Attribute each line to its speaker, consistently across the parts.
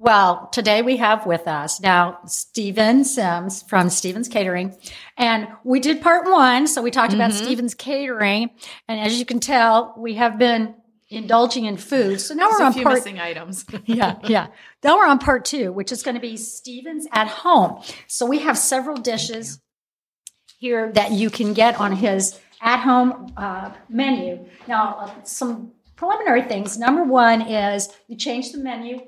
Speaker 1: Well, today we have with us now Steven Sims from Steven's Catering. And we did part one. So we talked about
Speaker 2: Mhm.
Speaker 1: Steven's Catering. And as you can tell, we have been indulging in food. So now
Speaker 2: There's
Speaker 1: we're
Speaker 2: a
Speaker 1: on
Speaker 2: few
Speaker 1: part
Speaker 2: missing items.
Speaker 1: yeah, yeah. Now we're on part two, which is going to be Stevens at home. So we have several dishes here that you can get on his at home uh, menu. Now, uh, some preliminary things. Number one is you change the menu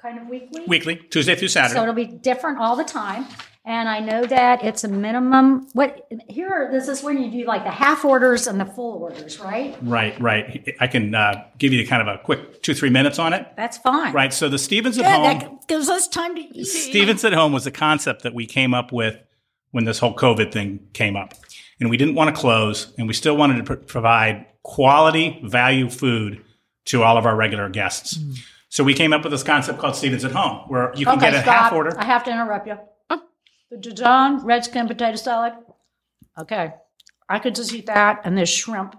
Speaker 1: kind of weekly.
Speaker 3: Weekly, Tuesday through Saturday.
Speaker 1: So it'll be different all the time. And I know that it's a minimum. What here? are- This is when you do like the half orders and the full orders, right?
Speaker 3: right, right. I can uh, give you kind of a quick two, three minutes on it.
Speaker 1: That's fine.
Speaker 3: Right. So the Stevens at
Speaker 1: Good.
Speaker 3: Home.
Speaker 1: That gives us time to eat.
Speaker 3: Stevens at Home was a concept that we came up with when this whole COVID thing came up. And we didn't want to close, and we still wanted to pr- provide quality, value food to all of our regular guests.
Speaker 1: Mm.
Speaker 3: So we came up with this concept called Stevens at Home, where you can get a half
Speaker 1: stop.
Speaker 3: order.
Speaker 1: I have to interrupt you. The Dijon red skin potato salad. Okay. I could just eat that and this shrimp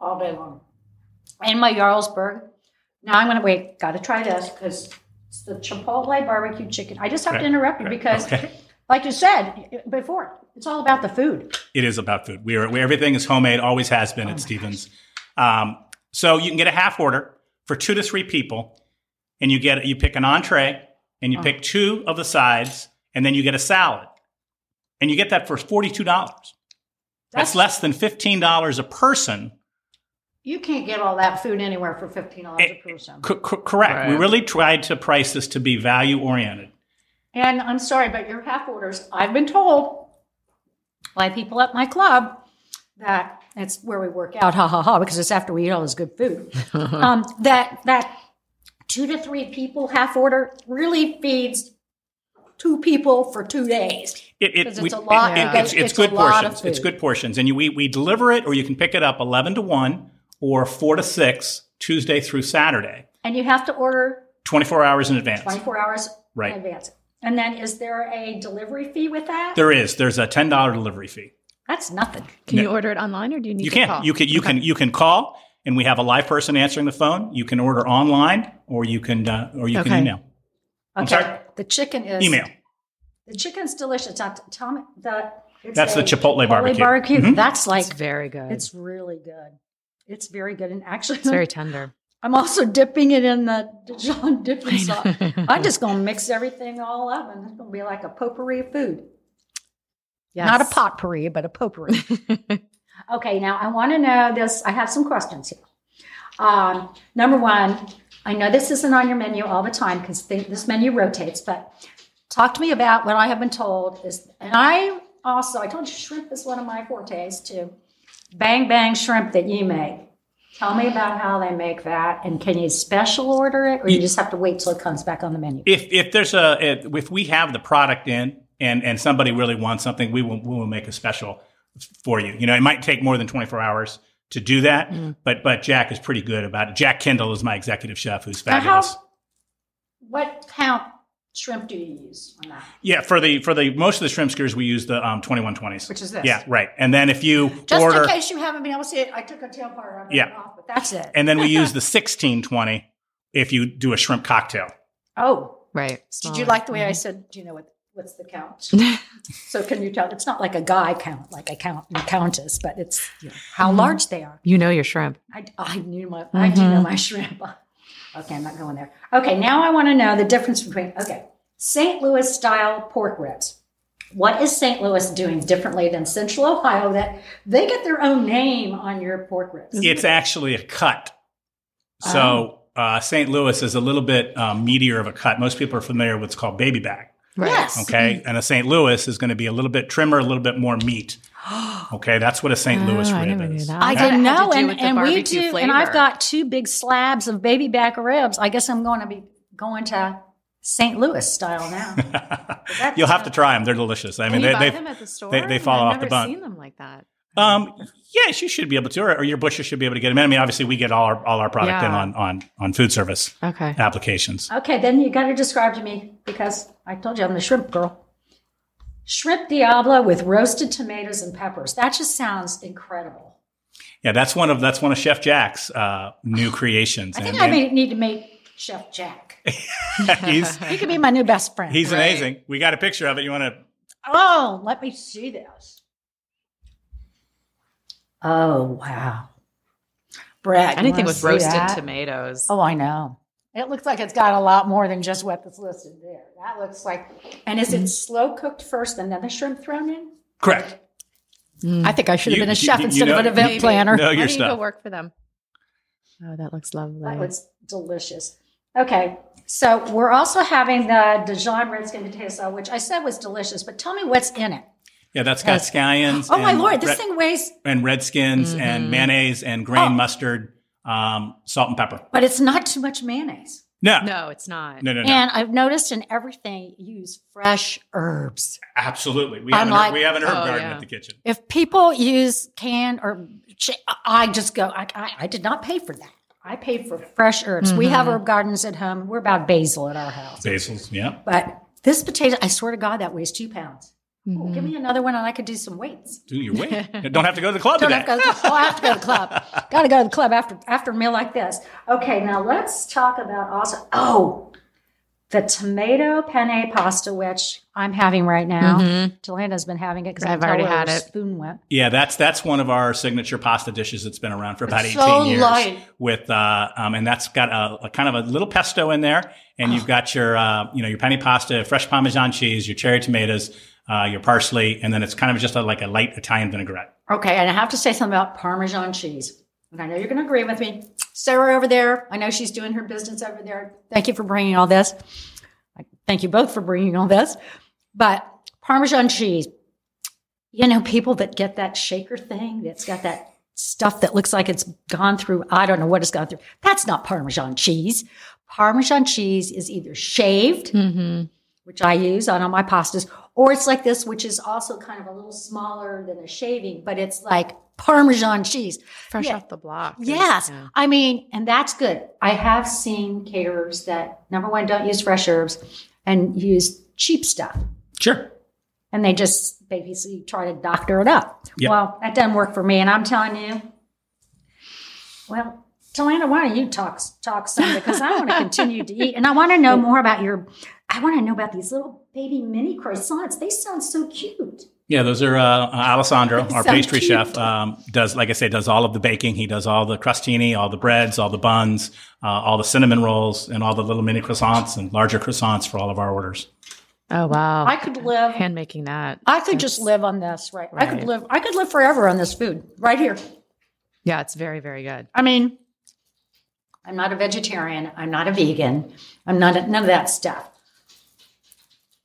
Speaker 1: all day long. And my Jarlsberg. Now I'm going to wait. Got to try this because it's the Chipotle barbecue chicken. I just have to
Speaker 3: Right,
Speaker 1: interrupt you because,
Speaker 3: Okay.
Speaker 1: like you said before, it's all about the food.
Speaker 3: It is about food. We are we, everything is homemade, always has been at Stevens. Um, so you can get a half order for two to three people, and you get you pick an entree, and you pick two of the sides, and then you get a salad, and you get that for forty two dollars. That's less than fifteen dollars a person.
Speaker 1: You can't get all that food anywhere for fifteen dollars
Speaker 3: Eh,
Speaker 1: a person.
Speaker 3: C- c- correct. We
Speaker 2: Right.
Speaker 3: really tried to price this to be value oriented.
Speaker 1: And I'm sorry, but your half orders, I've been told by people at my club that that's where we work out, ha ha ha, because it's after we eat all this good food. um, that that two to three people half order really feeds two people for two days.
Speaker 3: It, it,
Speaker 1: 'Cause it's
Speaker 3: we-
Speaker 1: a lot-
Speaker 3: it- it's,
Speaker 1: it's
Speaker 3: it's
Speaker 1: a
Speaker 3: good
Speaker 1: lot of
Speaker 3: portions. It's
Speaker 1: food.
Speaker 3: good portions, and you, we we deliver it, or you can pick it up eleven to one or four to six Tuesday through Saturday,
Speaker 1: And you have to order
Speaker 3: twenty four hours in advance.
Speaker 1: twenty four hours
Speaker 3: Right.
Speaker 1: in advance. And then is there a delivery fee with that?
Speaker 3: There is there's a ten dollar delivery fee.
Speaker 1: that's nothing.
Speaker 2: Can
Speaker 3: No.
Speaker 2: you order it online or do you need
Speaker 3: You
Speaker 2: to
Speaker 3: can
Speaker 2: call?
Speaker 3: you can you can you can call, and we have a live person answering the phone. You can order online, or you can uh, or you
Speaker 2: Okay.
Speaker 3: can email I'm sorry?
Speaker 1: The chicken is
Speaker 3: email.
Speaker 1: The chicken's delicious. Now, t- tell me the it's
Speaker 3: That's the
Speaker 1: a
Speaker 3: Chipotle barbecue. Mhm.
Speaker 1: That's like
Speaker 2: It's very good. It's,
Speaker 1: it's really good. It's very good, and actually,
Speaker 2: very tender.
Speaker 1: I'm also dipping it in the Dijon dipping sauce. I'm just gonna mix everything all up, and it's gonna be like a potpourri of food. Not a potpourri, but a potpourri.
Speaker 2: pot.
Speaker 1: okay, now I want to know this. I have some questions here. Um, number one, I know this isn't on your menu all the time because this menu rotates, but talk to me about what I have been told is, and I also, I told you shrimp is one of my fortes too. Bang bang shrimp that you make. Tell me about how they make that, and can you special order it, or you just have to wait till it comes back on the menu?
Speaker 3: If if there's a if, if we have the product in and and somebody really wants something, we will we will make a special for you. You know, it might take more than 24 hours to do that,
Speaker 1: Mm.
Speaker 3: but but Jack is pretty good about it. Jack Kendall is my executive chef, who's
Speaker 1: Now, how,
Speaker 3: fabulous.
Speaker 1: what count shrimp do you use on that?
Speaker 3: yeah, for the for the most of the shrimp skewers, we use the um, 2120s,
Speaker 1: Which is this.
Speaker 3: Yeah, right. And then if you
Speaker 1: Just
Speaker 3: order,
Speaker 1: in case you haven't been able to see it, I took a tail part. I'm
Speaker 3: Yeah.
Speaker 1: off, but that's it.
Speaker 3: and then we use the 1620 if you do a shrimp cocktail.
Speaker 1: oh,
Speaker 2: right.
Speaker 1: did you like the way I said? Do you know what what's the count? so can you tell? It's not like a guy count, like a count and countess, but it's you know, how large they are.
Speaker 2: You know your shrimp.
Speaker 1: I, I knew my I do know my shrimp. Okay, I'm not going there. Okay, now I want to know the difference between okay St. Louis style pork ribs. What is St. Louis doing differently than Central Ohio that they get their own name on your pork ribs?
Speaker 2: Mm-hmm.
Speaker 3: It's actually a cut. So
Speaker 2: Oh.
Speaker 3: uh, St. Louis is a little bit um, meatier of a cut. Most people are familiar with what's called baby back.
Speaker 2: Right.
Speaker 1: Yes.
Speaker 3: Okay. And a St. Louis is going to be a little bit trimmer, a little bit more meat. Okay. That's what a St. Louis
Speaker 2: Oh,
Speaker 3: rib
Speaker 2: I never knew
Speaker 3: is.
Speaker 2: that.
Speaker 1: I
Speaker 2: That
Speaker 1: didn't
Speaker 2: had to
Speaker 1: know,
Speaker 2: do
Speaker 1: and,
Speaker 2: with the
Speaker 1: and we
Speaker 2: barbecue
Speaker 1: do, and I've
Speaker 2: flavor.
Speaker 1: got two big slabs of baby back ribs. I guess I'm going to be going to St. Louis style now.
Speaker 3: You'll have to try them. They're delicious. I
Speaker 2: Can
Speaker 3: mean,
Speaker 2: you
Speaker 3: they,
Speaker 2: buy
Speaker 3: they,
Speaker 2: them at the store?
Speaker 3: they fall
Speaker 2: I've
Speaker 3: off the
Speaker 2: never
Speaker 3: bun.
Speaker 2: Seen them like that.
Speaker 3: um, yes, you should be able to, or, or your butcher should be able to get them. I mean, obviously we get all our, all our product in
Speaker 2: Yeah.
Speaker 3: on, on, on food service
Speaker 2: Okay.
Speaker 3: applications.
Speaker 1: okay, then you got to describe to me because I told you I'm the shrimp girl. Shrimp Diablo with roasted tomatoes and peppers. That just sounds incredible.
Speaker 3: Yeah. That's one of, that's one of Chef Jack's, uh, new creations.
Speaker 1: I think
Speaker 3: And-
Speaker 1: I
Speaker 3: and-
Speaker 1: may need to make Chef Jack.
Speaker 3: he's
Speaker 1: He could be my new best friend.
Speaker 3: he's
Speaker 2: Right.
Speaker 3: amazing. We got a picture of it. You want to?
Speaker 1: Oh, let me see this. Oh, wow. Brad, you
Speaker 2: Anything
Speaker 1: wanna
Speaker 2: with
Speaker 1: see
Speaker 2: roasted
Speaker 1: that?
Speaker 2: tomatoes.
Speaker 1: Oh, I know. It looks like it's got a lot more than just what was listed there. That looks like, and
Speaker 2: Mm-hmm.
Speaker 1: is it slow cooked first and then the shrimp thrown in?
Speaker 3: Correct.
Speaker 2: Mm.
Speaker 1: I think I should have
Speaker 3: You-
Speaker 1: been a
Speaker 3: you-
Speaker 1: chef
Speaker 3: you
Speaker 1: instead
Speaker 3: know-
Speaker 1: of an event
Speaker 2: you-
Speaker 1: planner.
Speaker 3: Know
Speaker 2: Why
Speaker 3: your
Speaker 2: don't you go
Speaker 3: stuff.
Speaker 2: work for them? Oh, that looks lovely.
Speaker 1: That was delicious. Okay, so we're also having the Dijon Redskin potato salad, which I said was delicious, but tell me what's in it.
Speaker 3: Yeah, that's got
Speaker 2: Yes.
Speaker 3: scallions.
Speaker 1: Oh my
Speaker 3: and
Speaker 1: lord, this
Speaker 3: red-
Speaker 1: thing weighs,
Speaker 3: and redskins
Speaker 2: Mhm.
Speaker 3: and mayonnaise and grain
Speaker 1: Oh.
Speaker 3: mustard, um, salt and pepper.
Speaker 1: but it's not too much mayonnaise.
Speaker 3: No, no,
Speaker 2: no, it's not.
Speaker 3: Uh, no, no.
Speaker 1: And I've noticed in everything you use fresh herbs.
Speaker 3: Absolutely, we
Speaker 1: I'm
Speaker 3: have, an,
Speaker 1: like-
Speaker 3: herb we have an herb
Speaker 2: Oh,
Speaker 3: garden
Speaker 2: yeah.
Speaker 3: at the kitchen.
Speaker 1: If people use canned or ch- I just go, I, I, I did not pay for that. I paid for fresh herbs. We have herb gardens at home. We're about basil at our house.
Speaker 3: Basils, yeah.
Speaker 1: But this potato, I swear to God, that weighs two pounds. Ooh,
Speaker 2: Mm-hmm.
Speaker 1: give me another one and I could do some weights.
Speaker 3: Do your weight. Don't have to go to the club
Speaker 1: Don't
Speaker 3: today.
Speaker 1: have to go to the, oh, I have to go to the club. Got to go to the club after after a meal like this. Okay, now let's talk about also. Oh, the tomato penne pasta, which I'm having right
Speaker 2: Mm-hmm.
Speaker 1: now. Jolanda's been having it because
Speaker 2: I've
Speaker 1: I've already
Speaker 2: already
Speaker 1: her
Speaker 2: had
Speaker 1: a
Speaker 2: it.
Speaker 1: Spoon went.
Speaker 3: Yeah, that's that's one of our signature pasta dishes that's been around for about
Speaker 1: It's
Speaker 3: 18
Speaker 1: so
Speaker 3: years.
Speaker 1: light.
Speaker 3: With uh, um, and that's got a, a kind of a little pesto in there, and
Speaker 1: Oh.
Speaker 3: you've got your uh, you know your penne pasta, fresh Parmesan cheese, your cherry tomatoes, uh, your parsley, and then it's kind of just a, like a light Italian vinaigrette.
Speaker 1: Okay, and I have to say something about Parmesan cheese. And I know you're going to agree with me. Sarah over there, I know she's doing her business over there. Thank you for bringing all this. Thank you both for bringing all this. But Parmesan cheese, you know, people that get that shaker thing that's got that stuff that looks like it's gone through, I don't know what it's gone through. That's not Parmesan cheese. Parmesan cheese is either shaved,
Speaker 2: Mm-hmm.
Speaker 1: which I use on all my pastas, or it's like this, which is also kind of a little smaller than a shaving, but it's like Parmesan cheese.
Speaker 2: Fresh
Speaker 1: Yeah.
Speaker 2: off the block.
Speaker 1: Yes.
Speaker 2: Yeah.
Speaker 1: I mean, and that's good. I have seen caterers that number one, don't use fresh herbs and use cheap stuff.
Speaker 3: Sure.
Speaker 1: And they just basically try to doctor it up.
Speaker 3: Yep.
Speaker 1: Well, that doesn't work for me. And I'm telling you, well, Talana, why don't you talk talk some because I want to continue to eat and I want to know more about your I want to know about these little baby mini croissants. They sound so cute.
Speaker 3: Yeah, those are uh, uh, Alessandro, our
Speaker 1: Sound
Speaker 3: pastry
Speaker 1: cute.
Speaker 3: chef. Um, does like I say, does all of the baking. He does all the crostini, all the breads, all the buns, uh, all the cinnamon rolls, and all the little mini croissants and larger croissants for all of our orders.
Speaker 2: Oh wow.
Speaker 1: I could live
Speaker 2: hand making that.
Speaker 1: I could just live on this, right? I could
Speaker 2: Right.
Speaker 1: live I could live forever on this food right here.
Speaker 2: Yeah, it's very very good.
Speaker 1: I mean, I'm not a vegetarian. I'm not a vegan. I'm not a, none of that stuff.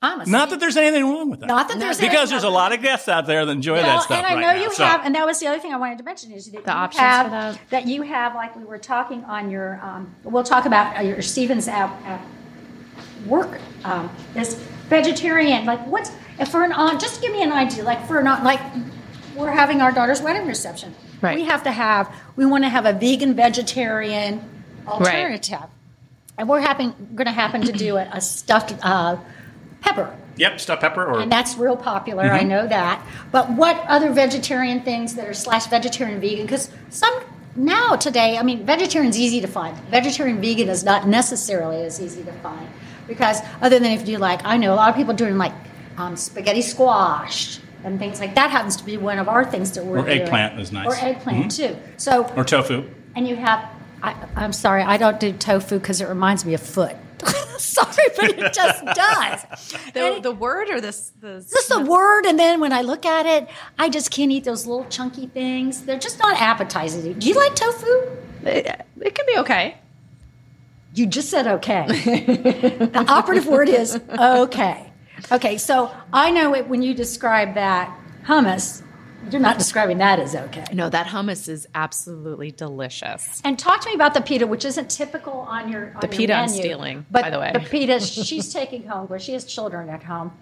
Speaker 1: I'm a
Speaker 3: Not that there's anything wrong with that.
Speaker 1: not that there's
Speaker 3: because there's a lot of guests out there that enjoy that
Speaker 1: Well,
Speaker 3: stuff.
Speaker 1: and I
Speaker 3: right
Speaker 1: know
Speaker 3: now,
Speaker 1: you
Speaker 3: so-
Speaker 1: have, and that was the other thing I wanted to mention is that
Speaker 2: The
Speaker 1: you
Speaker 2: options
Speaker 1: have
Speaker 2: for that.
Speaker 1: you have, like we were talking on your. Um, we'll talk about uh, your Stevens at, at work. Um, is vegetarian. Like what if for an aunt? Just give me an idea. Like for an aunt, like we're having our daughter's wedding reception.
Speaker 2: Right.
Speaker 1: We have to have. We want to have a vegan vegetarian alternative, and we're having going to happen to do a, a stuffed uh, pepper.
Speaker 3: Yep, stuffed pepper or
Speaker 1: And that's real popular.
Speaker 3: Mm-hmm.
Speaker 1: I know that. But what other vegetarian things that are slash vegetarian vegan? Because some now today, I mean, vegetarian's easy to find. Vegetarian vegan is not necessarily as easy to find because other than if you like, I know a lot of people doing like um, spaghetti squash and things like that. Happens to be one of our things that we're
Speaker 3: Or
Speaker 1: doing.
Speaker 3: eggplant is nice. Mm-hmm.
Speaker 1: Or eggplant too. So
Speaker 3: or tofu.
Speaker 1: and you have, I, I'm sorry, I don't do tofu because it reminds me of foot. sorry, but it just does.
Speaker 2: The, the word or this the
Speaker 1: Just a word, and then when I look at it, I just can't eat those little chunky things. They're just not appetizing. Do you like tofu?
Speaker 2: it, it can be okay.
Speaker 1: You just said okay. the operative word is okay. Okay, so I know it when you describe that hummus, you're not describing that as okay.
Speaker 2: No, that hummus is absolutely delicious.
Speaker 1: And talk to me about the pita, which isn't typical on your on
Speaker 2: The
Speaker 1: your
Speaker 2: pita I'm
Speaker 1: menu,
Speaker 2: stealing,
Speaker 1: but
Speaker 2: by the way.
Speaker 1: the pita she's taking home where she has children at home.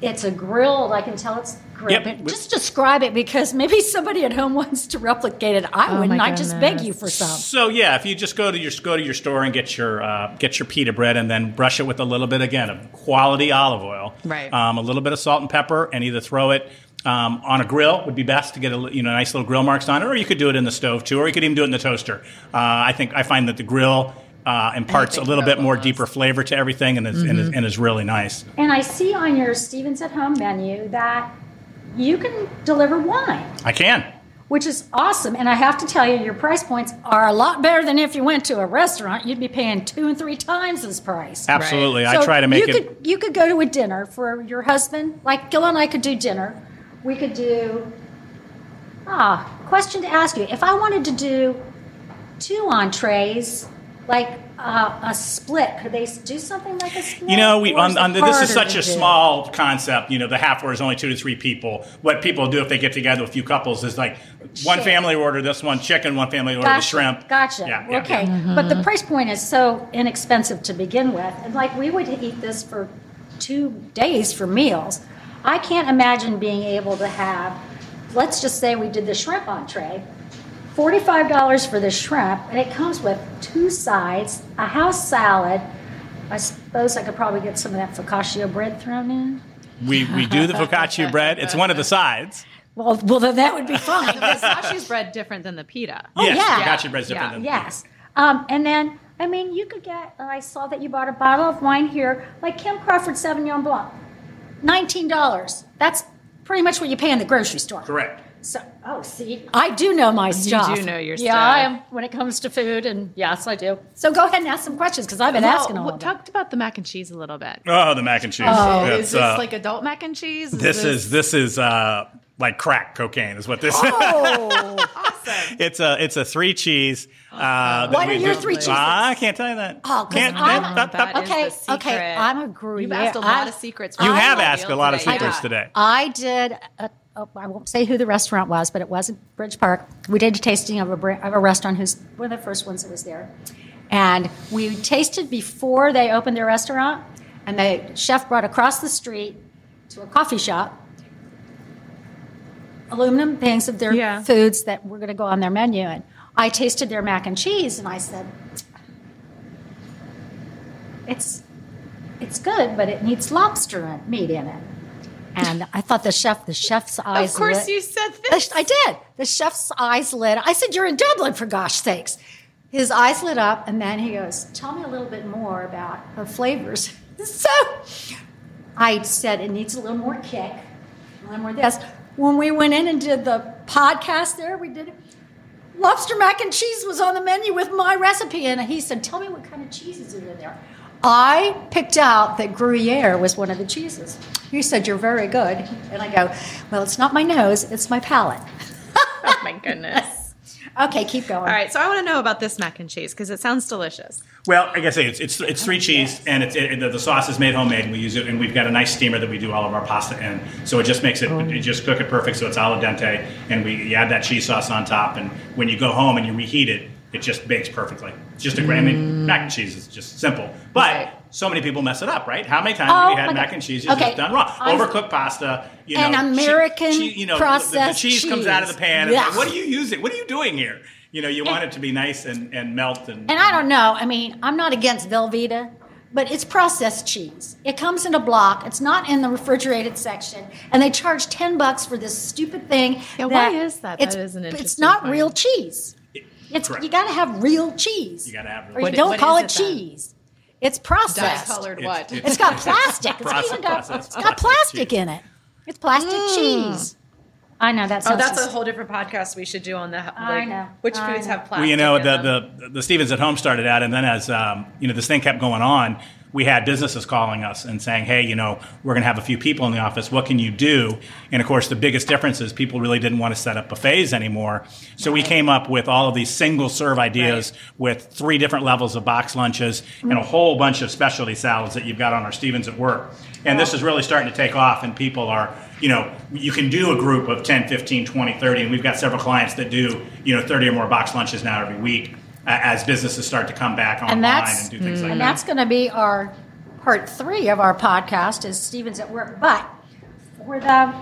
Speaker 1: It's a grilled. I can tell it's grilled.
Speaker 3: Yep.
Speaker 1: But just describe it because maybe somebody at home wants to replicate it. I
Speaker 2: Oh,
Speaker 1: wouldn't.
Speaker 2: my
Speaker 1: I just beg
Speaker 2: goodness.
Speaker 1: you for some.
Speaker 3: So yeah, if you just go to your go to your store and get your uh, get your pita bread and then brush it with a little bit again of quality olive oil,
Speaker 2: Right.
Speaker 3: Um, a little bit of salt and pepper, and either throw it um, on a grill would be best to get a li- you know nice little grill marks on it, or you could do it in the stove too, or you could even do it in the toaster. Uh, I think I find that the grill uh, imparts a
Speaker 2: Anything
Speaker 3: little bit more
Speaker 2: cocoa
Speaker 3: deeper flavor to everything and is, and,
Speaker 1: Mm-hmm.
Speaker 3: is, and is really nice.
Speaker 1: And I see on your Stevens at Home menu that you can deliver wine,
Speaker 3: I can.
Speaker 1: which is awesome. And I have to tell you, your price points are a lot better than if you went to a restaurant. You'd be paying two and three times this price.
Speaker 3: Absolutely. I
Speaker 1: So
Speaker 3: try to make
Speaker 1: you
Speaker 3: it.
Speaker 1: Could, you could go to a dinner for your husband. Like Gil and I could do dinner. We could do. Ah, question to ask you: If I wanted to do two entrees, like uh, a split, could they do something like a split?
Speaker 3: You know, we
Speaker 1: Or
Speaker 3: on,
Speaker 1: it
Speaker 3: on the, this
Speaker 1: harder
Speaker 3: is such
Speaker 1: to
Speaker 3: a
Speaker 1: do?
Speaker 3: small concept. You know, the half order is only two to three people. What people do if they get together, a few couples, is like one
Speaker 1: Shit.
Speaker 3: family order this one chicken, one family order the
Speaker 1: Gotcha,
Speaker 3: shrimp.
Speaker 1: Gotcha.
Speaker 3: Yeah, yeah,
Speaker 1: okay,
Speaker 3: yeah.
Speaker 1: but the price point is so inexpensive to begin with, and like we would eat this for two days for meals. I can't imagine being able to have. Let's just say we did the shrimp entree. Forty-five dollars for the shrimp, and it comes with two sides, a house salad. I suppose I could probably get some of that focaccia bread thrown in.
Speaker 3: We we do the focaccia bread. It's one of the sides.
Speaker 1: Well, well, then that would be fun.
Speaker 2: The pistachios bread different than the pita.
Speaker 3: yes,
Speaker 1: Oh, yeah.
Speaker 3: focaccia bread's different
Speaker 2: Yeah.
Speaker 3: than
Speaker 1: Yes. Um, and then, I mean, you could get, I saw that you bought a bottle of wine here, like Kim Crawford Sauvignon Blanc. $19. That's pretty much what you pay in the grocery store.
Speaker 3: correct.
Speaker 1: So, oh, see, I do know my stuff.
Speaker 2: do know your
Speaker 1: Yeah, I am
Speaker 2: stuff.
Speaker 1: when it comes to food, and yes, I do. So go ahead and ask some questions because I've been
Speaker 2: Well,
Speaker 1: asking all
Speaker 2: what-
Speaker 1: of them.
Speaker 2: talked about the mac and cheese a little bit.
Speaker 3: Oh, the mac and cheese. That's,
Speaker 2: is this
Speaker 3: uh,
Speaker 2: like adult mac and cheese?
Speaker 3: this is this is uh, like crack cocaine is what this. is.
Speaker 1: Oh,
Speaker 2: awesome.
Speaker 3: It's a it's a three cheese.
Speaker 2: Uh-huh.
Speaker 3: Uh, that
Speaker 1: What
Speaker 3: we
Speaker 1: are your
Speaker 3: do-
Speaker 1: three cheeses?
Speaker 3: I can't tell you that.
Speaker 1: Oh, 'cause
Speaker 3: can't,
Speaker 1: I'm-
Speaker 3: that- that- that-
Speaker 2: That is
Speaker 1: okay,
Speaker 2: the
Speaker 1: okay,
Speaker 2: secret.
Speaker 1: I'm a Gruyere.
Speaker 2: You've asked a
Speaker 1: I'm-
Speaker 2: lot of secrets.
Speaker 3: you
Speaker 2: from
Speaker 3: have
Speaker 2: Colonial
Speaker 3: asked a lot of
Speaker 2: today.
Speaker 3: secrets
Speaker 2: Yeah.
Speaker 3: today.
Speaker 1: I did. A, oh, I won't say who the restaurant was, but it wasn't Bridge Park. We did a tasting of a, br- of a restaurant who's one of the first ones that was there, and we tasted before they opened their restaurant. And the chef brought across the street to a coffee shop aluminum things of their
Speaker 2: Yeah.
Speaker 1: foods that were going to go on their menu, and I tasted their mac and cheese, and I said, "It's it's good, but it needs lobster and meat in it." And I thought the chef, the chef's eyes.
Speaker 2: Of course,
Speaker 1: lit.
Speaker 2: you said
Speaker 1: The
Speaker 2: this.
Speaker 1: sh- I did. The chef's eyes lit. I said, "You're in Dublin, for gosh sakes." His eyes lit up, and then he goes, "Tell me a little bit more about the flavors." so I said, "It needs a little more kick, a little more this." When we went in and did the podcast there, we did it. Lobster mac and cheese was on the menu with my recipe, and he said, "Tell me what kind of cheeses are in there." I picked out that Gruyere was one of the cheeses. He said, "You're very good," and I go, "Well, it's not my nose; it's my palate."
Speaker 2: Oh my goodness.
Speaker 1: Okay, keep going.
Speaker 2: All right, so I want to know about this mac and cheese because it sounds delicious.
Speaker 3: Well, like I say, it's it's, it's
Speaker 1: Oh,
Speaker 3: three cheese, and it's it, the, the sauce is made homemade. And we use it, and we've got a nice steamer that we do all of our pasta in. So it just
Speaker 1: Oh.
Speaker 3: makes it, you just cook it perfect, so it's al dente, and we you add that cheese sauce on top. And when you go home and you reheat it, it just bakes perfectly. It's just a great I
Speaker 1: Mm.
Speaker 3: mean, mac and cheese is just simple, but.
Speaker 2: Right.
Speaker 3: So many people mess it up, right? How many times
Speaker 1: Oh,
Speaker 3: have you
Speaker 1: my
Speaker 3: had
Speaker 1: God.
Speaker 3: mac and cheese that's
Speaker 1: Okay.
Speaker 3: done wrong?
Speaker 1: I'm-
Speaker 3: Overcooked pasta, you
Speaker 1: An
Speaker 3: know, che-
Speaker 1: American
Speaker 3: che- you know, the- the,
Speaker 1: processed
Speaker 3: cheese, comes out of the
Speaker 1: cheese.
Speaker 3: pan. and it's like,
Speaker 1: Yeah.
Speaker 3: what are you using? What are you doing here? You know, you want it to be nice and, and melt and
Speaker 1: And I don't know. I mean, I'm not against Velveeta, but it's processed cheese. It comes in a block. It's not in the refrigerated section, and they charge ten bucks for this stupid thing.
Speaker 2: Yeah, why is that? That
Speaker 1: It's,
Speaker 2: is an
Speaker 1: It's
Speaker 2: interesting
Speaker 1: not
Speaker 2: point.
Speaker 1: real cheese. It's
Speaker 3: Correct.
Speaker 1: you got to have real cheese.
Speaker 3: You gotta have real
Speaker 1: or you
Speaker 2: What-
Speaker 1: don't
Speaker 2: what
Speaker 1: call
Speaker 2: is
Speaker 1: it
Speaker 2: it then?
Speaker 1: cheese. It's processed.
Speaker 2: Colored
Speaker 3: It's-
Speaker 2: what?
Speaker 3: it's-
Speaker 1: It's got plastic. It's
Speaker 3: Process-
Speaker 1: even got,
Speaker 3: process-
Speaker 1: it's got plastic
Speaker 3: cheese.
Speaker 1: in it. It's plastic cheese. I know that sounds.
Speaker 2: Mm. Oh, that's a
Speaker 1: just-
Speaker 2: whole different podcast we should do on the. Like,
Speaker 1: I know.
Speaker 2: which
Speaker 1: I
Speaker 2: foods
Speaker 1: know.
Speaker 2: have plastic.
Speaker 3: Well, you know,
Speaker 2: in them.
Speaker 3: the, the the Stevens at Home started out, and then as um, you know, this thing kept going on. We had businesses calling us and saying, "Hey, you know, we're going to have a few people in the office. What can you do?" And of course, the biggest difference is people really didn't want to set up buffets anymore. So we came up with all of these single serve ideas with three different levels of box lunches and a whole bunch of specialty salads that you've got on our Stevens at work. And this is really starting to take off, and people are you know, you can do a group of 10, 15, 20, 30, and we've got several clients that do, you know, 30 or more box lunches now every week uh, as businesses start to come back online
Speaker 1: and
Speaker 3: and,
Speaker 1: that's Mm.
Speaker 3: do things like
Speaker 1: and
Speaker 3: that.
Speaker 1: that's going to be our part three of our podcast is Stevens at work. But for the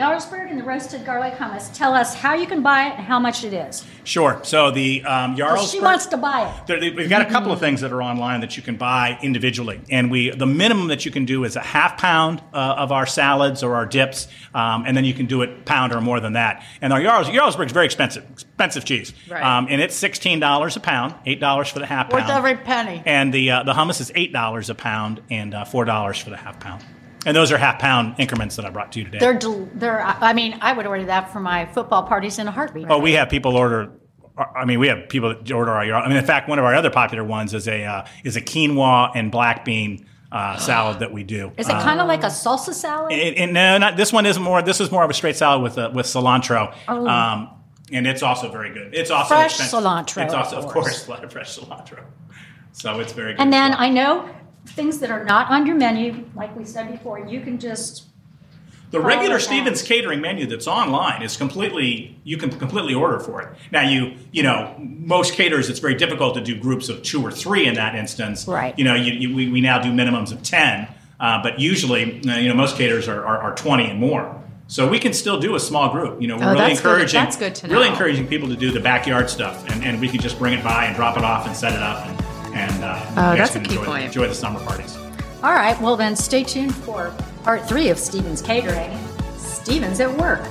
Speaker 1: Jarlsberg and the roasted garlic hummus. Tell us how you can buy it and how much it is.
Speaker 3: Sure. So the um, Jarlsberg.
Speaker 1: She wants to buy it.
Speaker 3: There, they- we've got a couple of things that are online that you can buy individually, and we the minimum that you can do is a half pound uh, of our salads or our dips, um, and then you can do it pound or more than that. And our Jarls, Jarlsberg's very expensive, expensive cheese,
Speaker 2: Right.
Speaker 3: um, and it's sixteen dollars a pound, eight dollars for the half
Speaker 4: Worth
Speaker 3: pound,
Speaker 4: every penny.
Speaker 3: and the uh, the hummus is eight dollars a pound and uh, four dollars for the half pound. And those are half pound increments that I brought to you today.
Speaker 4: They're, del- they're, I mean, I would order that for my football parties in a heartbeat.
Speaker 3: Oh, we have people order. I mean, we have people that order our. I mean, in fact, one of our other popular ones is a uh, is a quinoa and black bean uh, salad that we do.
Speaker 1: Is it kind of like a salsa salad?
Speaker 3: um, It, it- no, not this one. Is more. This is more of a straight salad with uh, with cilantro. Um, and it's also very good. It's also
Speaker 4: Fresh
Speaker 3: expensive.
Speaker 4: cilantro,
Speaker 3: It's also,
Speaker 4: of
Speaker 3: of course, a lot of fresh cilantro. So it's very good.
Speaker 1: and
Speaker 3: as
Speaker 1: then
Speaker 3: well.
Speaker 1: I know things that are not on your menu, like we said before, you can just
Speaker 2: Oh,
Speaker 3: The regular
Speaker 1: that.
Speaker 3: Stevens catering menu that's online is completely you can completely order for it. Now you you know most caterers it's very difficult to do groups of two or three in that instance.
Speaker 4: Right.
Speaker 3: You know you, you, we, we now do minimums of ten, uh, but usually uh, you know most caterers are, are, are twenty and more. So we can still do a small group. You know we're
Speaker 2: Oh,
Speaker 3: really
Speaker 2: that's good-
Speaker 3: encouraging
Speaker 2: that's good to
Speaker 3: really
Speaker 2: know.
Speaker 3: encouraging people to do the backyard stuff, and, and we can just bring it by and drop it off and set it up, and, and uh, you guys
Speaker 2: Oh, that's
Speaker 3: can
Speaker 2: a key
Speaker 3: enjoy, the-
Speaker 2: point.
Speaker 3: Enjoy the summer parties.
Speaker 1: All right, well then stay tuned for part three of Stevens Catering. Stevens at Work.